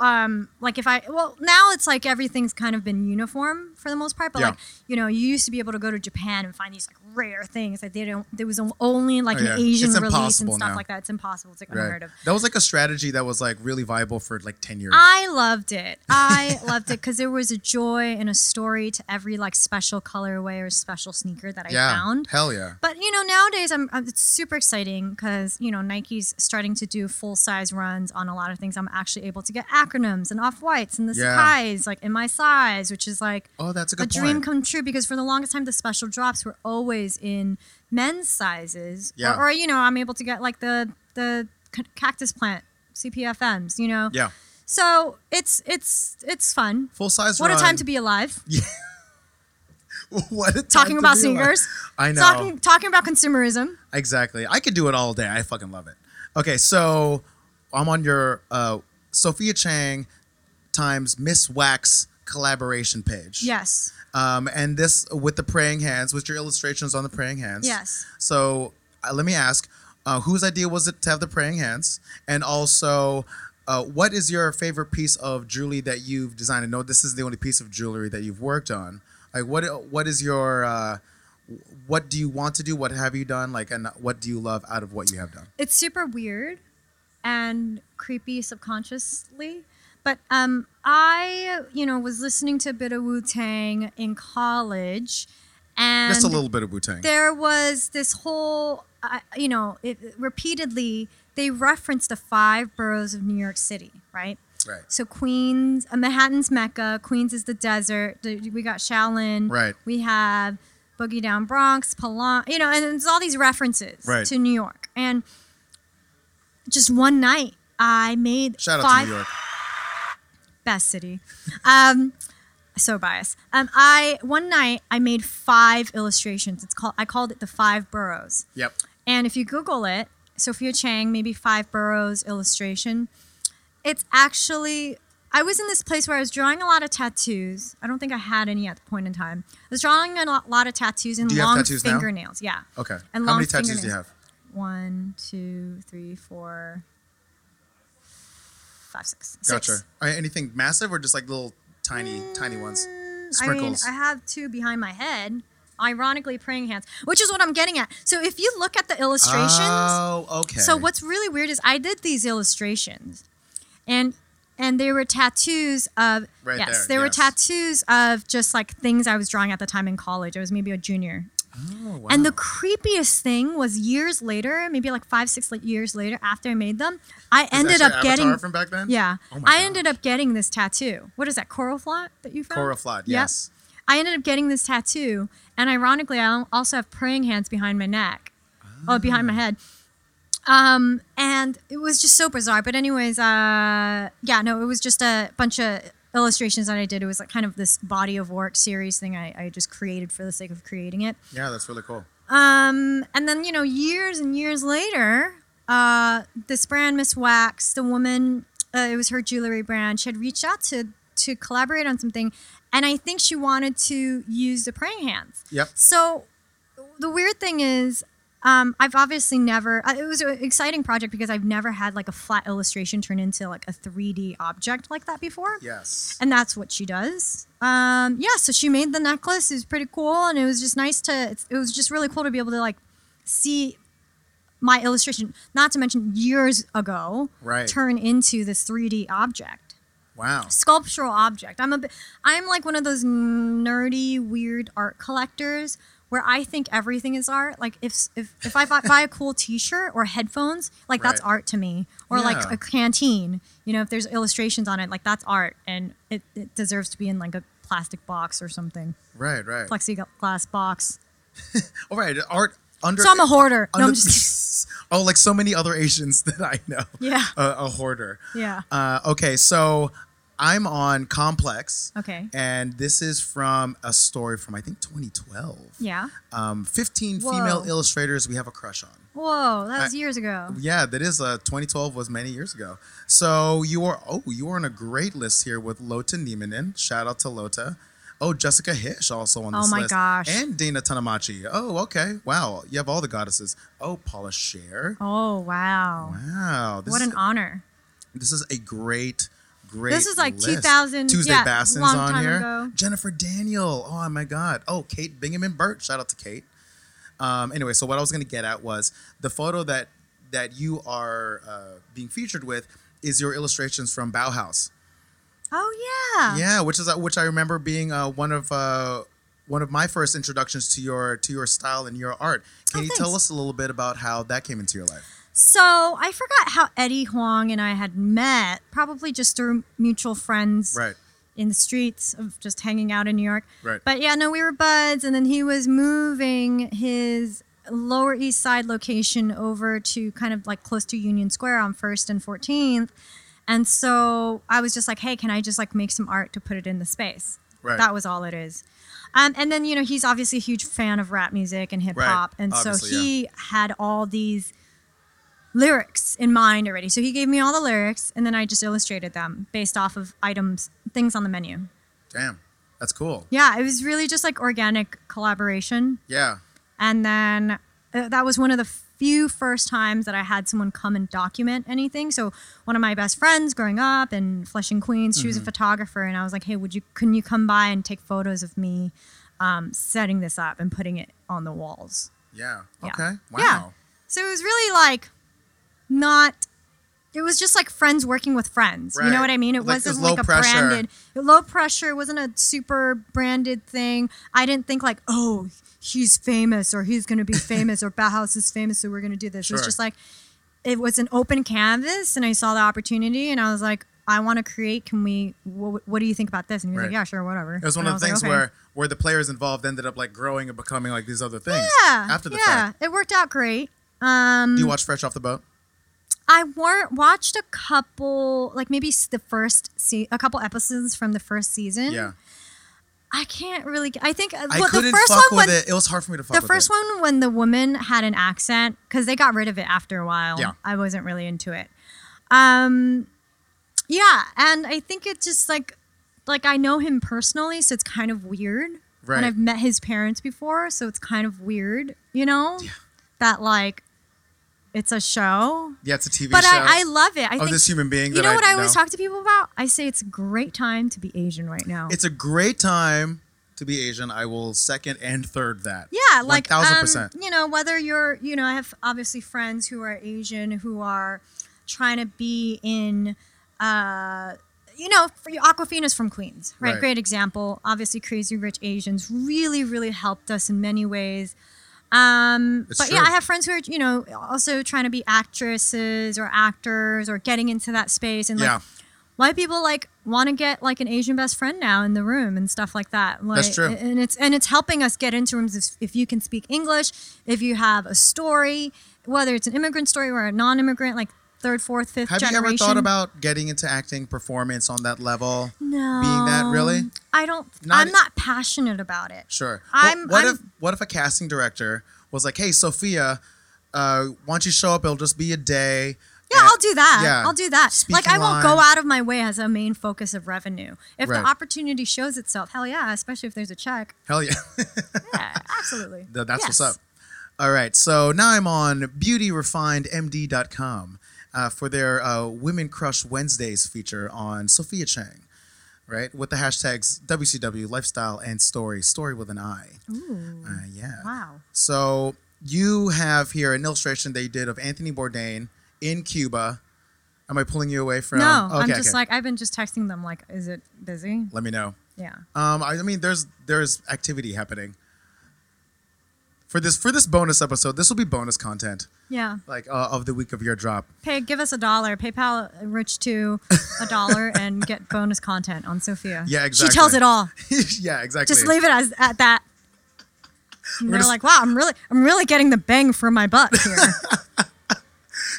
B: um, like if I well now it's like everything's kind of been uniform for the most part. But
A: Yeah.
B: like you know, you used to be able to go to Japan and find these like rare things that they don't. There was only like
A: Oh,
B: an
A: yeah.
B: Asian
A: It's
B: release and
A: impossible
B: stuff
A: now.
B: like that. It's impossible. It's like unheard
A: Right.
B: of. Ah,
A: That was like a strategy that was like really viable for like 10 years.
B: I loved it. I loved it because there was a joy and a story to every like special colorway or special sneaker that I
A: yeah.
B: found.
A: Hell yeah.
B: But you know, nowadays I'm, i it's super exciting because you know Nike's starting to do full size runs on a lot of things. I'm actually able to get acronyms and off whites and the
A: Yeah.
B: Sakai's like in my size, which is like
A: Oh, that's a
B: a
A: good point.
B: dream come true because for the longest time the special drops were always in men's sizes. Or-
A: Yeah.
B: Or, you know, I'm able to get like the the c- cactus plant CPFMs. You know.
A: yeah.
B: So it's it's it's fun.
A: Full size
B: What a
A: run.
B: time to be alive.
A: what a time
B: Talking
A: to
B: about
A: be alive.
B: sneakers.
A: I know.
B: Talking talking about consumerism.
A: Exactly. I could do it all day. I fucking love it. Okay, so I'm on your uh, Sophia Chang times Miss Wax collaboration page.
B: Yes.
A: Um, and this with the praying hands, with your illustrations on the praying hands.
B: Yes.
A: So uh, let me ask, uh, whose idea was it to have the praying hands? And also, uh, what is your favorite piece of jewelry that you've designed? I know this is the only piece of jewelry that you've worked on. Like, what what is your uh, what do you want to do? What have you done? Like, and what do you love out of what you have done?
B: It's super weird and creepy subconsciously. But um, I, you know, was listening to a bit of Wu Tang in college, and
A: Just a little bit of Wu Tang.
B: there was this whole, uh, you know, it, repeatedly they referenced the five boroughs of New York City, right?
A: Right.
B: So Queens, uh, Manhattan's Mecca. Queens is the desert. The- We got Shaolin.
A: Right.
B: We have Boogie Down Bronx, Palan. You know, and there's all these references
A: Right.
B: to New York. And just one night, I made
A: Shout out
B: five
A: to New York.
B: best city. Um, so biased. Um, I one night I made five illustrations. It's called I called it the five boroughs.
A: Yep.
B: And if you Google it, Sophia Chang, maybe Five Boroughs illustration, it's actually. I was in this place where I was drawing a lot of tattoos. I don't think I had any at the point in time. I was drawing a lo- lot of tattoos and
A: Do you have
B: long
A: tattoos now?
B: fingernails. Yeah.
A: Okay.
B: And
A: How
B: long
A: many tattoos do you
B: fingernails.
A: have?
B: One, two, three, four, five, six.
A: Gotcha.
B: Six.
A: Are anything massive or just like little tiny, tiny ones? Sprinkles.
B: Mm, I mean, I have two behind my head. Ironically, praying hands, which is what I'm getting at. So if you look at the illustrations,
A: Oh, okay.
B: So what's really weird is I did these illustrations, and and they were tattoos of
A: Right there,
B: yes, they were
A: yes.
B: tattoos of just like things I was drawing at the time in college. I was maybe a junior,
A: Oh, wow.
B: and the creepiest thing was years later, maybe like five six li- years later after I made them, I
A: Is that
B: ended
A: your
B: up
A: avatar
B: getting
A: from back then.
B: yeah,
A: Oh my
B: I
A: God.
B: ended up getting this tattoo. What is that coral flot that you found?
A: Cora Flood,
B: Yep.
A: yes.
B: I ended up getting this tattoo, and ironically, I al- also have praying hands behind my neck, oh, behind my
A: Ah.
B: head. Um, and it was just so bizarre. But anyways, uh, yeah, no, it was just a bunch of illustrations that I did. It was like kind of this body of work series thing I, I just created for the sake of creating it.
A: Yeah, that's really cool.
B: Um, and then you know, years and years later, uh, this brand Miss Wax, the woman, uh, it was her jewelry brand. She had reached out to to collaborate on something, and I think she wanted to use the praying hands.
A: Yep.
B: So the weird thing is, um, I've obviously never. uh, It was an exciting project because I've never had like a flat illustration turn into like a 3D object like that before
A: Yes.
B: and that's what she does. Um, yeah, so she made the necklace. It was pretty cool, and it was just nice to. it's- It was just really cool to be able to like see my illustration, not to mention years ago,
A: Right.
B: turn into this 3D object,
A: Wow.
B: sculptural object. I'm a, bi- I'm like one of those nerdy, weird art collectors where I think everything is art. Like if s- if if I buy, buy a cool T-shirt or headphones, like that's
A: Right.
B: art to me, or like
A: Yeah.
B: a canteen. You know, if there's illustrations on it, like that's art, and it, it deserves to be in like a plastic box or something,
A: Right, right.
B: plexiglass box.
A: All right, art under.
B: So I'm a hoarder. No,
A: under-
B: I'm just
A: oh, like so many other Asians that I know.
B: Yeah.
A: A- a hoarder.
B: yeah.
A: Uh, okay, so I'm on Complex.
B: Okay.
A: And this is from a story from I think 2012.
B: Yeah.
A: Um, 15
B: Whoa.
A: female illustrators we have a crush on.
B: Whoa, that was
A: I-
B: years ago.
A: Yeah, that is uh 2012 was many years ago. So you are oh you are on a great list here with Lota Nieminen. Shout out to Lota. Oh, Jessica Hish also on
B: Oh
A: this
B: my
A: list.
B: gosh.
A: And Dana Tanamachi. Oh, okay. Wow. You have all the goddesses. Oh, Paula Scher.
B: Oh wow.
A: Wow. This
B: What
A: is,
B: an honor.
A: this is a great, great
B: This is like
A: list.
B: 2000
A: Tuesday
B: yeah,
A: Bassin's
B: long
A: on
B: time
A: here.
B: ago.
A: Jennifer Daniel. Oh my God. Oh, Kate Bingham and Burt. Shout out to Kate. Um, anyway, so what I was going to get at was the photo that that you are uh, being featured with is your illustrations from Bauhaus.
B: Oh yeah.
A: Yeah, which is which I remember being uh, one of uh, one of my first introductions to your to your style and your art. Can
B: Oh,
A: you tell
B: thanks.
A: us a little bit about how that came into your life?
B: So I forgot how Eddie Huang and I had met, probably just through mutual friends
A: Right.
B: in the streets of just hanging out in New York.
A: Right.
B: But yeah, no, we were buds, and then he was moving his Lower East Side location over to kind of like close to Union Square on First and Fourteenth, and so I was just like, hey, can I just like make some art to put it in the space?
A: Right.
B: That was all it is. Um, and then you know he's obviously a huge fan of rap music and hip
A: Right.
B: hop, and so
A: Obviously, yeah.
B: he had all these lyrics in mind already. So he gave me all the lyrics, and then I just illustrated them based off of items, things on the menu.
A: Damn, that's cool.
B: Yeah, it was really just like organic collaboration.
A: Yeah.
B: And then uh, that was one of the few first times that I had someone come and document anything. So one of my best friends growing up in Flushing, Queens, she was a
A: Mm-hmm.
B: photographer, and I was like, "Hey, would you? Can you come by and take photos of me um, setting this up and putting it on the walls?"
A: Yeah.
B: Yeah.
A: Okay. Wow.
B: Yeah. So it was really like not. It was just like friends working with friends. You
A: Right.
B: know what I mean? It
A: Like, it's
B: wasn't
A: low
B: like a
A: pressure.
B: branded, low pressure. It wasn't a super branded thing. I didn't think like, oh, he's famous or he's going to be famous or Bauhaus is famous, so we're going to do this. It
A: Sure.
B: was just like, it was an open canvas, and I saw the opportunity, and I was like, I want to create. Can we? What, what do you think about this? And he was
A: Right.
B: like, Yeah, sure, whatever.
A: It was one
B: And I
A: of the
B: like,
A: things
B: "Okay."
A: where where the players involved ended up like growing and becoming like these other things
B: yeah,
A: after the
B: yeah,
A: fact.
B: it worked out great. Um,
A: Do you watch Fresh Off the Boat?
B: I war- watched a couple, like maybe s- the first, se- a couple episodes from the first season.
A: Yeah.
B: I can't really. g- I think uh,
A: I
B: well, Mm. the
A: couldn't
B: first
A: fuck
B: one
A: with
B: when
A: it. It was hard for me to fuck
B: the
A: with
B: first
A: it.
B: one when the woman had an accent because they got rid of it after a while.
A: Yeah.
B: I wasn't really into it. Um, yeah, and I think it's just like, like I know him personally, so it's kind of weird.
A: Right.
B: And I've met his parents before, so it's kind of weird, you know, that like, it's a show
A: Yeah, it's a TV
B: but
A: show. Oh,
B: I, I love it. I
A: of
B: think
A: this human being
B: You
A: that
B: know
A: I
B: what I always
A: know.
B: talk to people about? I say it's a great time to be Asian right now.
A: it's a great time to be Asian. I will second and third that.
B: yeah, like
A: thousand
B: um,
A: percent.
B: You know, whether you're, you know, I have obviously friends who are Asian who are trying to be in, uh, you know, for- Aquafina's from Queens, right?
A: Right.
B: Great example. Obviously, Crazy Rich Asians really, really helped us in many ways. Um,
A: It's
B: but yeah,
A: true.
B: I have friends who are, you know, also trying to be actresses or actors or getting into that space and like
A: Yeah,
B: white people like want to get like an Asian best friend now in the room and stuff like that. Like,
A: That's true.
B: And it's and it's helping us get into rooms if, if you can speak English, if you have a story, whether it's an immigrant story or a non-immigrant, like third, fourth, fifth
A: Have
B: generation.
A: you ever thought about getting into acting, performance on that level?
B: no,
A: being that, really?
B: I don't.
A: Not- e-
B: I'm not passionate about it.
A: Sure.
B: I'm-
A: Wh- what
B: I'm-
A: if what if a casting director was like, "Hey, Sophia, uh, once you show up, it'll just be a day."
B: Yeah,
A: and-
B: I'll do that.
A: yeah,
B: I'll do that. like
A: speaking
B: I won't go
A: lines.
B: out of my way as a main focus of revenue. If
A: Right.
B: the opportunity shows itself, hell yeah, especially if there's a check.
A: Hell yeah.
B: Yeah, absolutely.
A: Th- That's what's
B: Yes.
A: up. All right. So now I'm on beautyrefinedmd.com uh, for their uh, Women Crush Wednesdays feature on Sophia Chang, right? With the hashtags WCW, lifestyle, and story, story with an I.
B: Ooh,
A: Uh, yeah.
B: wow.
A: So you have here an illustration they did of Anthony Bourdain in Cuba. Am I pulling you away from?
B: No, I'm
A: Okay,
B: just
A: okay.
B: like I've been just texting them like, is it busy?
A: Let me know.
B: Yeah.
A: Um, I, I mean, there's there's activity happening. For this for this bonus episode, this will be bonus content.
B: Yeah.
A: like uh, of the week of your drop.
B: Pay give us a dollar. PayPal rich to a dollar and get bonus content on Sophia.
A: Yeah,
B: She tells
A: exactly.
B: it all.
A: yeah, exactly.
B: Just leave it as at that. And
A: We're
B: they're
A: just-
B: like, wow, I'm really I'm really getting the bang for my buck here.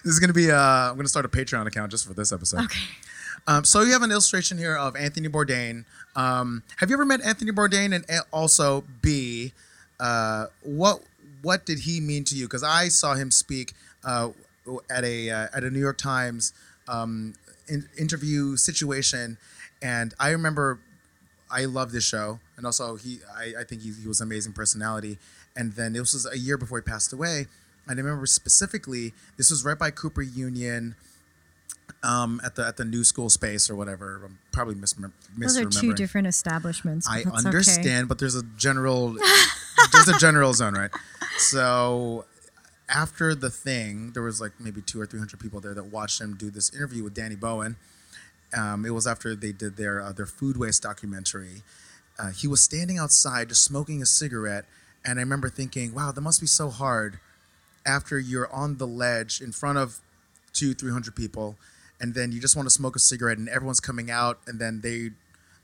A: This is gonna be. Uh, I'm gonna start a Patreon account just for this episode.
B: okay.
A: Um, so you have an illustration here of Anthony Bourdain. Um, have you ever met Anthony Bourdain? And a- also B, uh, what what did he mean to you? Because I saw him speak uh, w- at a uh, at a New York Times um, in- interview situation, and I remember I love this show, and also he, I, I think he, he was an amazing personality. And then this was a year before he passed away, and I remember specifically this was right by Cooper Union, um, at the at the new school space or whatever. I'm probably misremem-
B: Those are
A: misremembering.
B: two different establishments. but
A: I
B: that's okay.
A: understand, but there's a general, there's a general zone, right? So after the thing, there was like maybe two or three hundred people there that watched him do this interview with Danny Bowen. Um, it was after they did their uh, their food waste documentary. Uh, he was standing outside just smoking a cigarette, and I remember thinking, "Wow, that must be so hard." After you're on the ledge in front of two, three hundred people, and then you just want to smoke a cigarette, and everyone's coming out, and then they,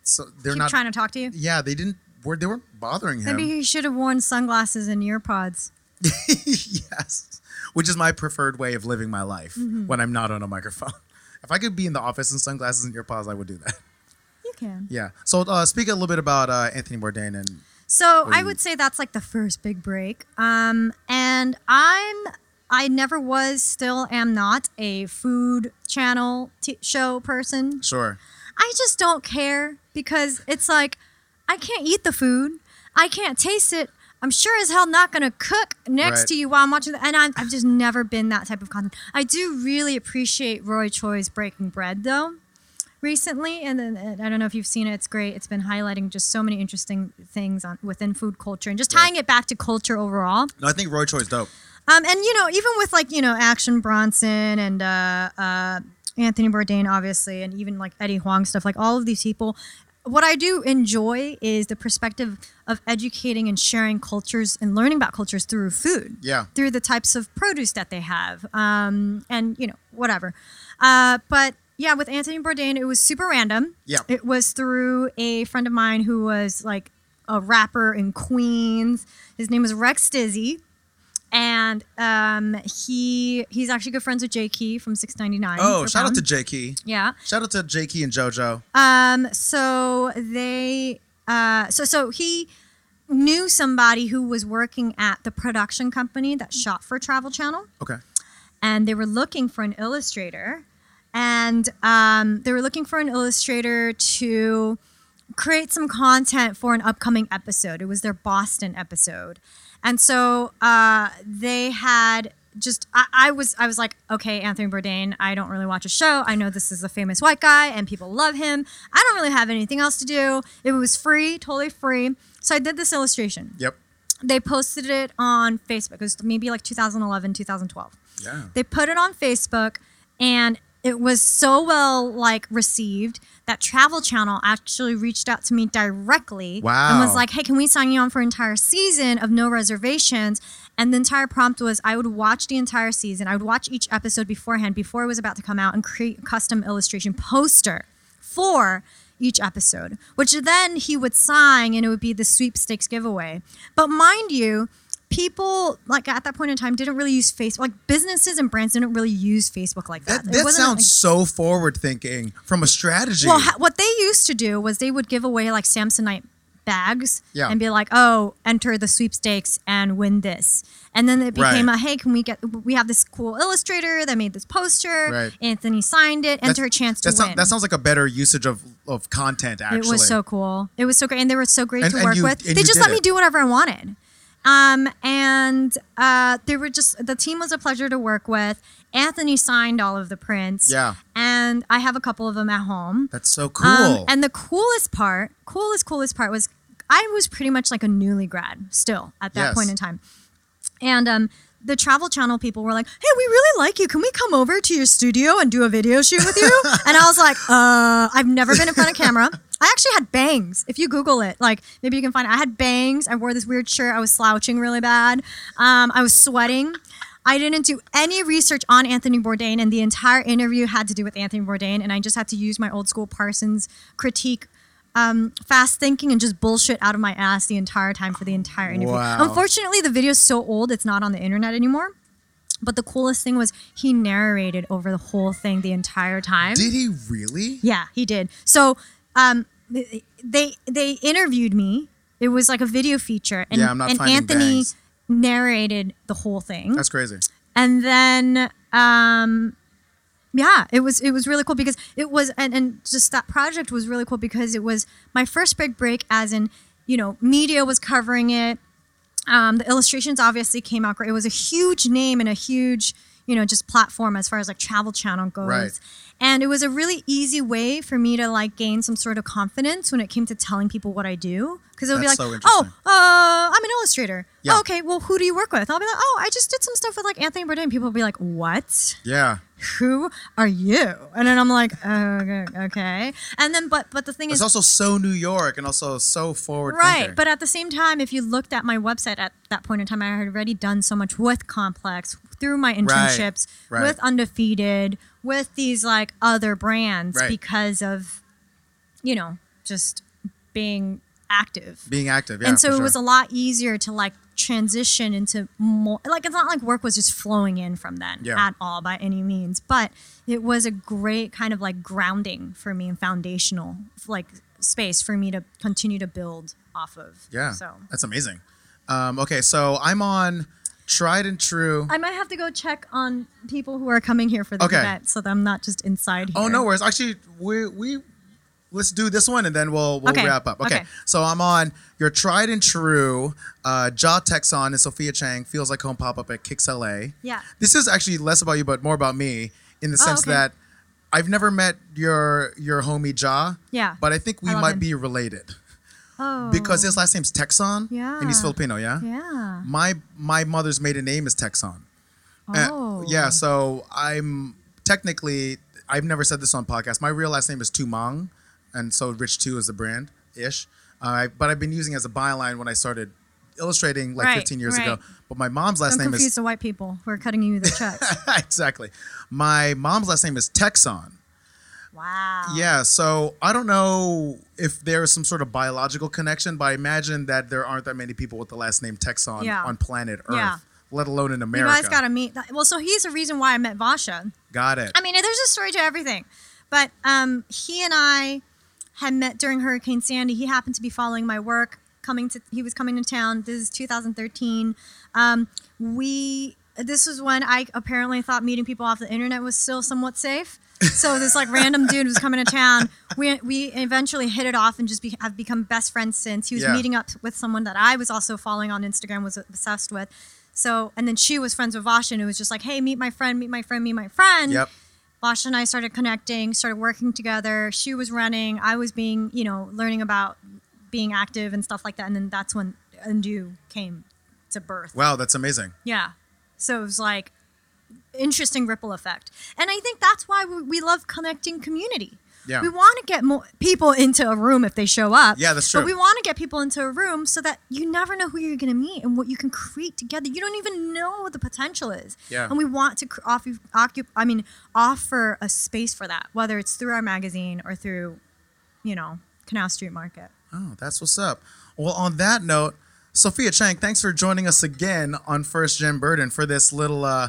A: so they're
B: Keep
A: not
B: trying to talk to you.
A: yeah, they didn't. Were they weren't bothering him?
B: Maybe he should have worn sunglasses and ear pods.
A: yes, which is my preferred way of living my life
B: Mm-hmm.
A: when I'm not on a microphone. If I could be in the office in sunglasses and earpods, I would do that.
B: You can.
A: Yeah. So uh, speak a little bit about uh, Anthony Bourdain and
B: So
A: Or
B: I
A: you-
B: would say that's like the first big break. Um, and I'm I never was, still am not a food channel t- show person.
A: sure.
B: I just don't care because it's like I can't eat the food. I can't taste it. I'm sure as hell not gonna cook next
A: Right.
B: to you while I'm watching. The, and I'm, I've just never been that type of content. I do really appreciate Roy Choi's Breaking Bread though. Recently, and then uh, I don't know if you've seen it. It's great. It's been highlighting just so many interesting things on, within food culture and just tying it back to culture overall.
A: No, I think Roy Choi's dope.
B: Um, and you know, even with like you know Action Bronson and uh, uh, Anthony Bourdain, obviously, and even like Eddie Huang stuff, like all of these people, what I do enjoy is the perspective of educating and sharing cultures and learning about cultures through food
A: Yeah.
B: through the types of produce that they have, um, and you know whatever. Uh, but yeah, with Anthony Bourdain, it was super random.
A: Yeah.
B: it was through a friend of mine who was like a rapper in Queens. His name was Rex Dizzy, and um, he he's actually good friends with J Key from Six Ninety Nine.
A: Oh, shout out to Jakey.
B: yeah.
A: Shout out to Jakey and JoJo.
B: Um, so they, uh, so so he knew somebody who was working at the production company that shot for Travel Channel,
A: Okay.
B: and they were looking for an illustrator, and um, they were looking for an illustrator to create some content for an upcoming episode. It was their Boston episode, and so uh, they had just I, I was I was like, okay, Anthony Bourdain. I don't really watch a show. I know this is a famous white guy, and people love him. I don't really have anything else to do. It was free, totally free. So I did this illustration.
A: Yep.
B: They posted it on Facebook. It was maybe like 2011, 2012
A: Yeah.
B: they put it on Facebook and it was so well like received that Travel Channel actually reached out to me directly and
A: Wow.
B: was like, "Hey, can we sign you on for an entire season of no reservations?" And the entire prompt was I would watch the entire season. I would watch each episode beforehand before it was about to come out and create a custom illustration poster for each episode, which then he would sign and it would be the sweepstakes giveaway. But mind you, people like at that point in time didn't really use Facebook. Like businesses and brands didn't really use Facebook like that.
A: That, that
B: wasn't,
A: sounds
B: like-
A: so forward thinking from a strategy.
B: well, ha- what they used to do was they would give away like Samsonite bags
A: Yeah.
B: and be like, "Oh, enter the sweepstakes and win this." And then it became
A: Right.
B: a, "Hey, can we get? We have this cool illustrator that made this poster.
A: Right.
B: Anthony signed it.
A: That's-
B: Enter a chance to
A: that,
B: win."
A: sound- that sounds like a better usage of, of content, actually.
B: It was so cool. It was so great, and they were so great
A: And-
B: to
A: and
B: work
A: you-
B: with.
A: and
B: They
A: you
B: just
A: did
B: let me
A: it.
B: do whatever I wanted, um, and uh, they were just the team was a pleasure to work with. Anthony signed all of the prints.
A: Yeah.
B: and I have a couple of them at home.
A: That's so cool.
B: Um, and the coolest part, coolest, coolest part was I was pretty much like a newly grad still at that
A: Yes.
B: point in time. And um, the Travel Channel people were like, hey, we really like you. Can we come over to your studio and do a video shoot with you? and I was like, uh, I've never been in front of camera. I actually had bangs. If you Google it, like maybe you can find it. I had bangs. I wore this weird shirt. I was slouching really bad. Um, I was sweating. I didn't do any research on Anthony Bourdain, and the entire interview had to do with Anthony Bourdain. And I just had to use my old school Parsons critique, um, fast thinking, and just bullshit out of my ass the entire time for the entire interview.
A: Wow.
B: Unfortunately, the video's so old, it's not on the internet anymore. But the coolest thing was he narrated over the whole thing the entire time.
C: Did he really?
B: Yeah, he did. So um, they they interviewed me. It was like a video feature, and,
C: Yeah, I'm not
B: and
C: finding
B: Anthony
C: bangs.
B: narrated the whole thing.
C: That's crazy.
B: and then um, yeah, it was it was really cool because it was and and just that project was really cool because it was my first big break, as in you know media was covering it. Um, the illustrations obviously came out great. It was a huge name and a huge, you know, just platform as far as like Travel Channel goes.
C: Right.
B: And it was a really easy way for me to like gain some sort of confidence when it came to telling people what I do. Because it would
C: That's
B: be
C: so
B: like, oh,
C: interesting.
B: uh, I'm an illustrator.
C: Yeah.
B: Oh, okay, well, who do you work with? I'll be like, oh, I just did some stuff with like Anthony Bourdain. People will be like, what?
C: Yeah.
B: Who are you? And then I'm like, oh, okay. And then, but but the thing
C: It's
B: is,
C: also so New York and also so forward.
B: Right.
C: thinking.
B: But at the same time, if you looked at my website at that point in time, I had already done so much with Complex through my internships
C: right.
B: with Undefeated, with these like other brands
C: Right.
B: because of, you know, just being active.
C: being active. Yeah.
B: and so
C: for
B: it was a
C: sure.
B: lot easier to like transition into more like it's not like work was just flowing in from then
C: Yeah.
B: at all by any means but it was a great kind of like grounding for me and foundational like space for me to continue to build off of
C: Yeah.
B: so
C: That's amazing. Um, okay, so I'm on tried and true.
B: i might have to go check on people who are coming here for the
C: Okay.
B: event so that i'm not just inside here
C: Oh no worries. Actually, we we let's do this one and then we'll we'll
B: Okay.
C: wrap up. Okay.
B: Okay.
C: So I'm on your tried and true uh, Ja Texon and Sophia Chang feels like home pop up at Kicks LA.
B: Yeah.
C: This is actually less about you but more about me in the
B: Oh,
C: sense
B: okay.
C: that I've never met your your homie Ja.
B: Yeah.
C: But I think we
B: I love
C: might
B: him.
C: be related
B: oh
C: because his last name's Texon. And he's
B: Yeah.
C: Filipino. Yeah.
B: yeah
C: My my mother's maiden name is Texon. Uh,
B: oh
C: yeah, so I'm technically I've never said this on podcast. My real last name is Tumong, and so Rich Two is the brand ish. Uh, but I've been using it as a byline when I started illustrating like
B: Right,
C: 15 years
B: right.
C: ago. But my mom's last
B: don't
C: name
B: confuse
C: is
B: the white people who are cutting you the checks
C: exactly. My mom's last name is Texon.
B: wow
C: Yeah, so I don't know if there is some sort of biological connection, but I imagine that there aren't that many people with the last name Texon
B: Yeah.
C: on planet Earth,
B: Yeah.
C: let alone in
B: you
C: America.
B: guys gotta meet well so he's the reason why i met vasha
C: Got it.
B: I mean, there's a story to everything, but um, he and I had met during Hurricane Sandy. He happened to be following my work, coming to. He was coming to town. This is 2013. Um, we. This was when I apparently thought meeting people off the internet was still somewhat safe. So this like random dude was coming to town. We we eventually hit it off and just be, have become best friends since. He was
C: Yeah.
B: meeting up with someone that I was also following on Instagram, was obsessed with. So and then she was friends with Vash, and it was just like, hey, meet my friend, meet my friend, meet my friend.
C: Yep.
B: Basha and I started connecting, started working together. She was running, I was being, you know, learning about being active and stuff like that. And then that's when Undo came to birth.
C: Wow, that's amazing.
B: Yeah. So it was like interesting ripple effect. And I think that's why we, we love connecting community.
C: Yeah.
B: We want to get more people into a room if they show up.
C: Yeah, that's true.
B: But we want to get people into a room so that you never know who you're going to meet and what you can create together. You don't even know what the potential is.
C: Yeah.
B: And we want to cr- off- occup- I mean, offer a space for that, whether it's through our magazine or through, you know, Canal Street Market.
C: Oh, that's what's up. Well, on that note, Sophia Chang, thanks for joining us again on First Gen Burden for this little uh,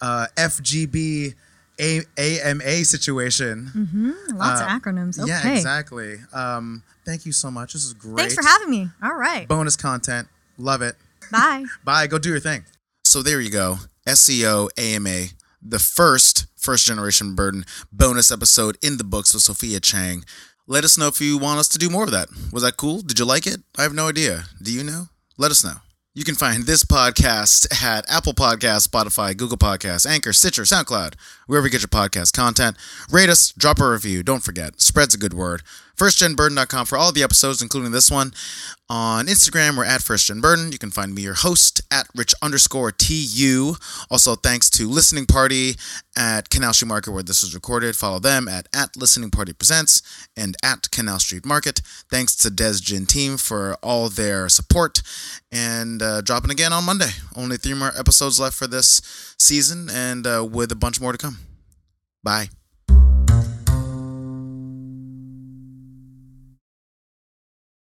C: uh, FGB A- AMA situation.
B: Lots of acronyms. Mm-hmm. Okay.
C: Uh, Yeah, exactly. Um, thank you so much. This is great.
B: Thanks for having me. All right.
C: Bonus content. Love it.
B: Bye.
C: Bye. Go do your thing.
A: So there you go. E SEO AMA, the first first generation burden bonus episode in the books with Sophia Chang. Let us know if you want us to do more of that. Was that cool? Did you like it? I have no idea. Do you know? Let us know. You can find this podcast at Apple Podcasts, Spotify, Google Podcasts, Anchor, Stitcher, SoundCloud, wherever you get your podcast content. Rate us, drop a review. Don't forget, spread's a good word. FirstGenBurden.com for all the episodes, including this one. On Instagram, we're at FirstGenBurden. You can find me, your host, at Rich underscore TU. Also, thanks to Listening Party at Canal Street Market, where this was recorded. Follow them at, at Listening Party Presents and at Canal Street Market. Thanks to Des Gin Team for all their support. And uh, dropping again on Monday. Only three more episodes left for this season, and uh, with a bunch more to come. Bye.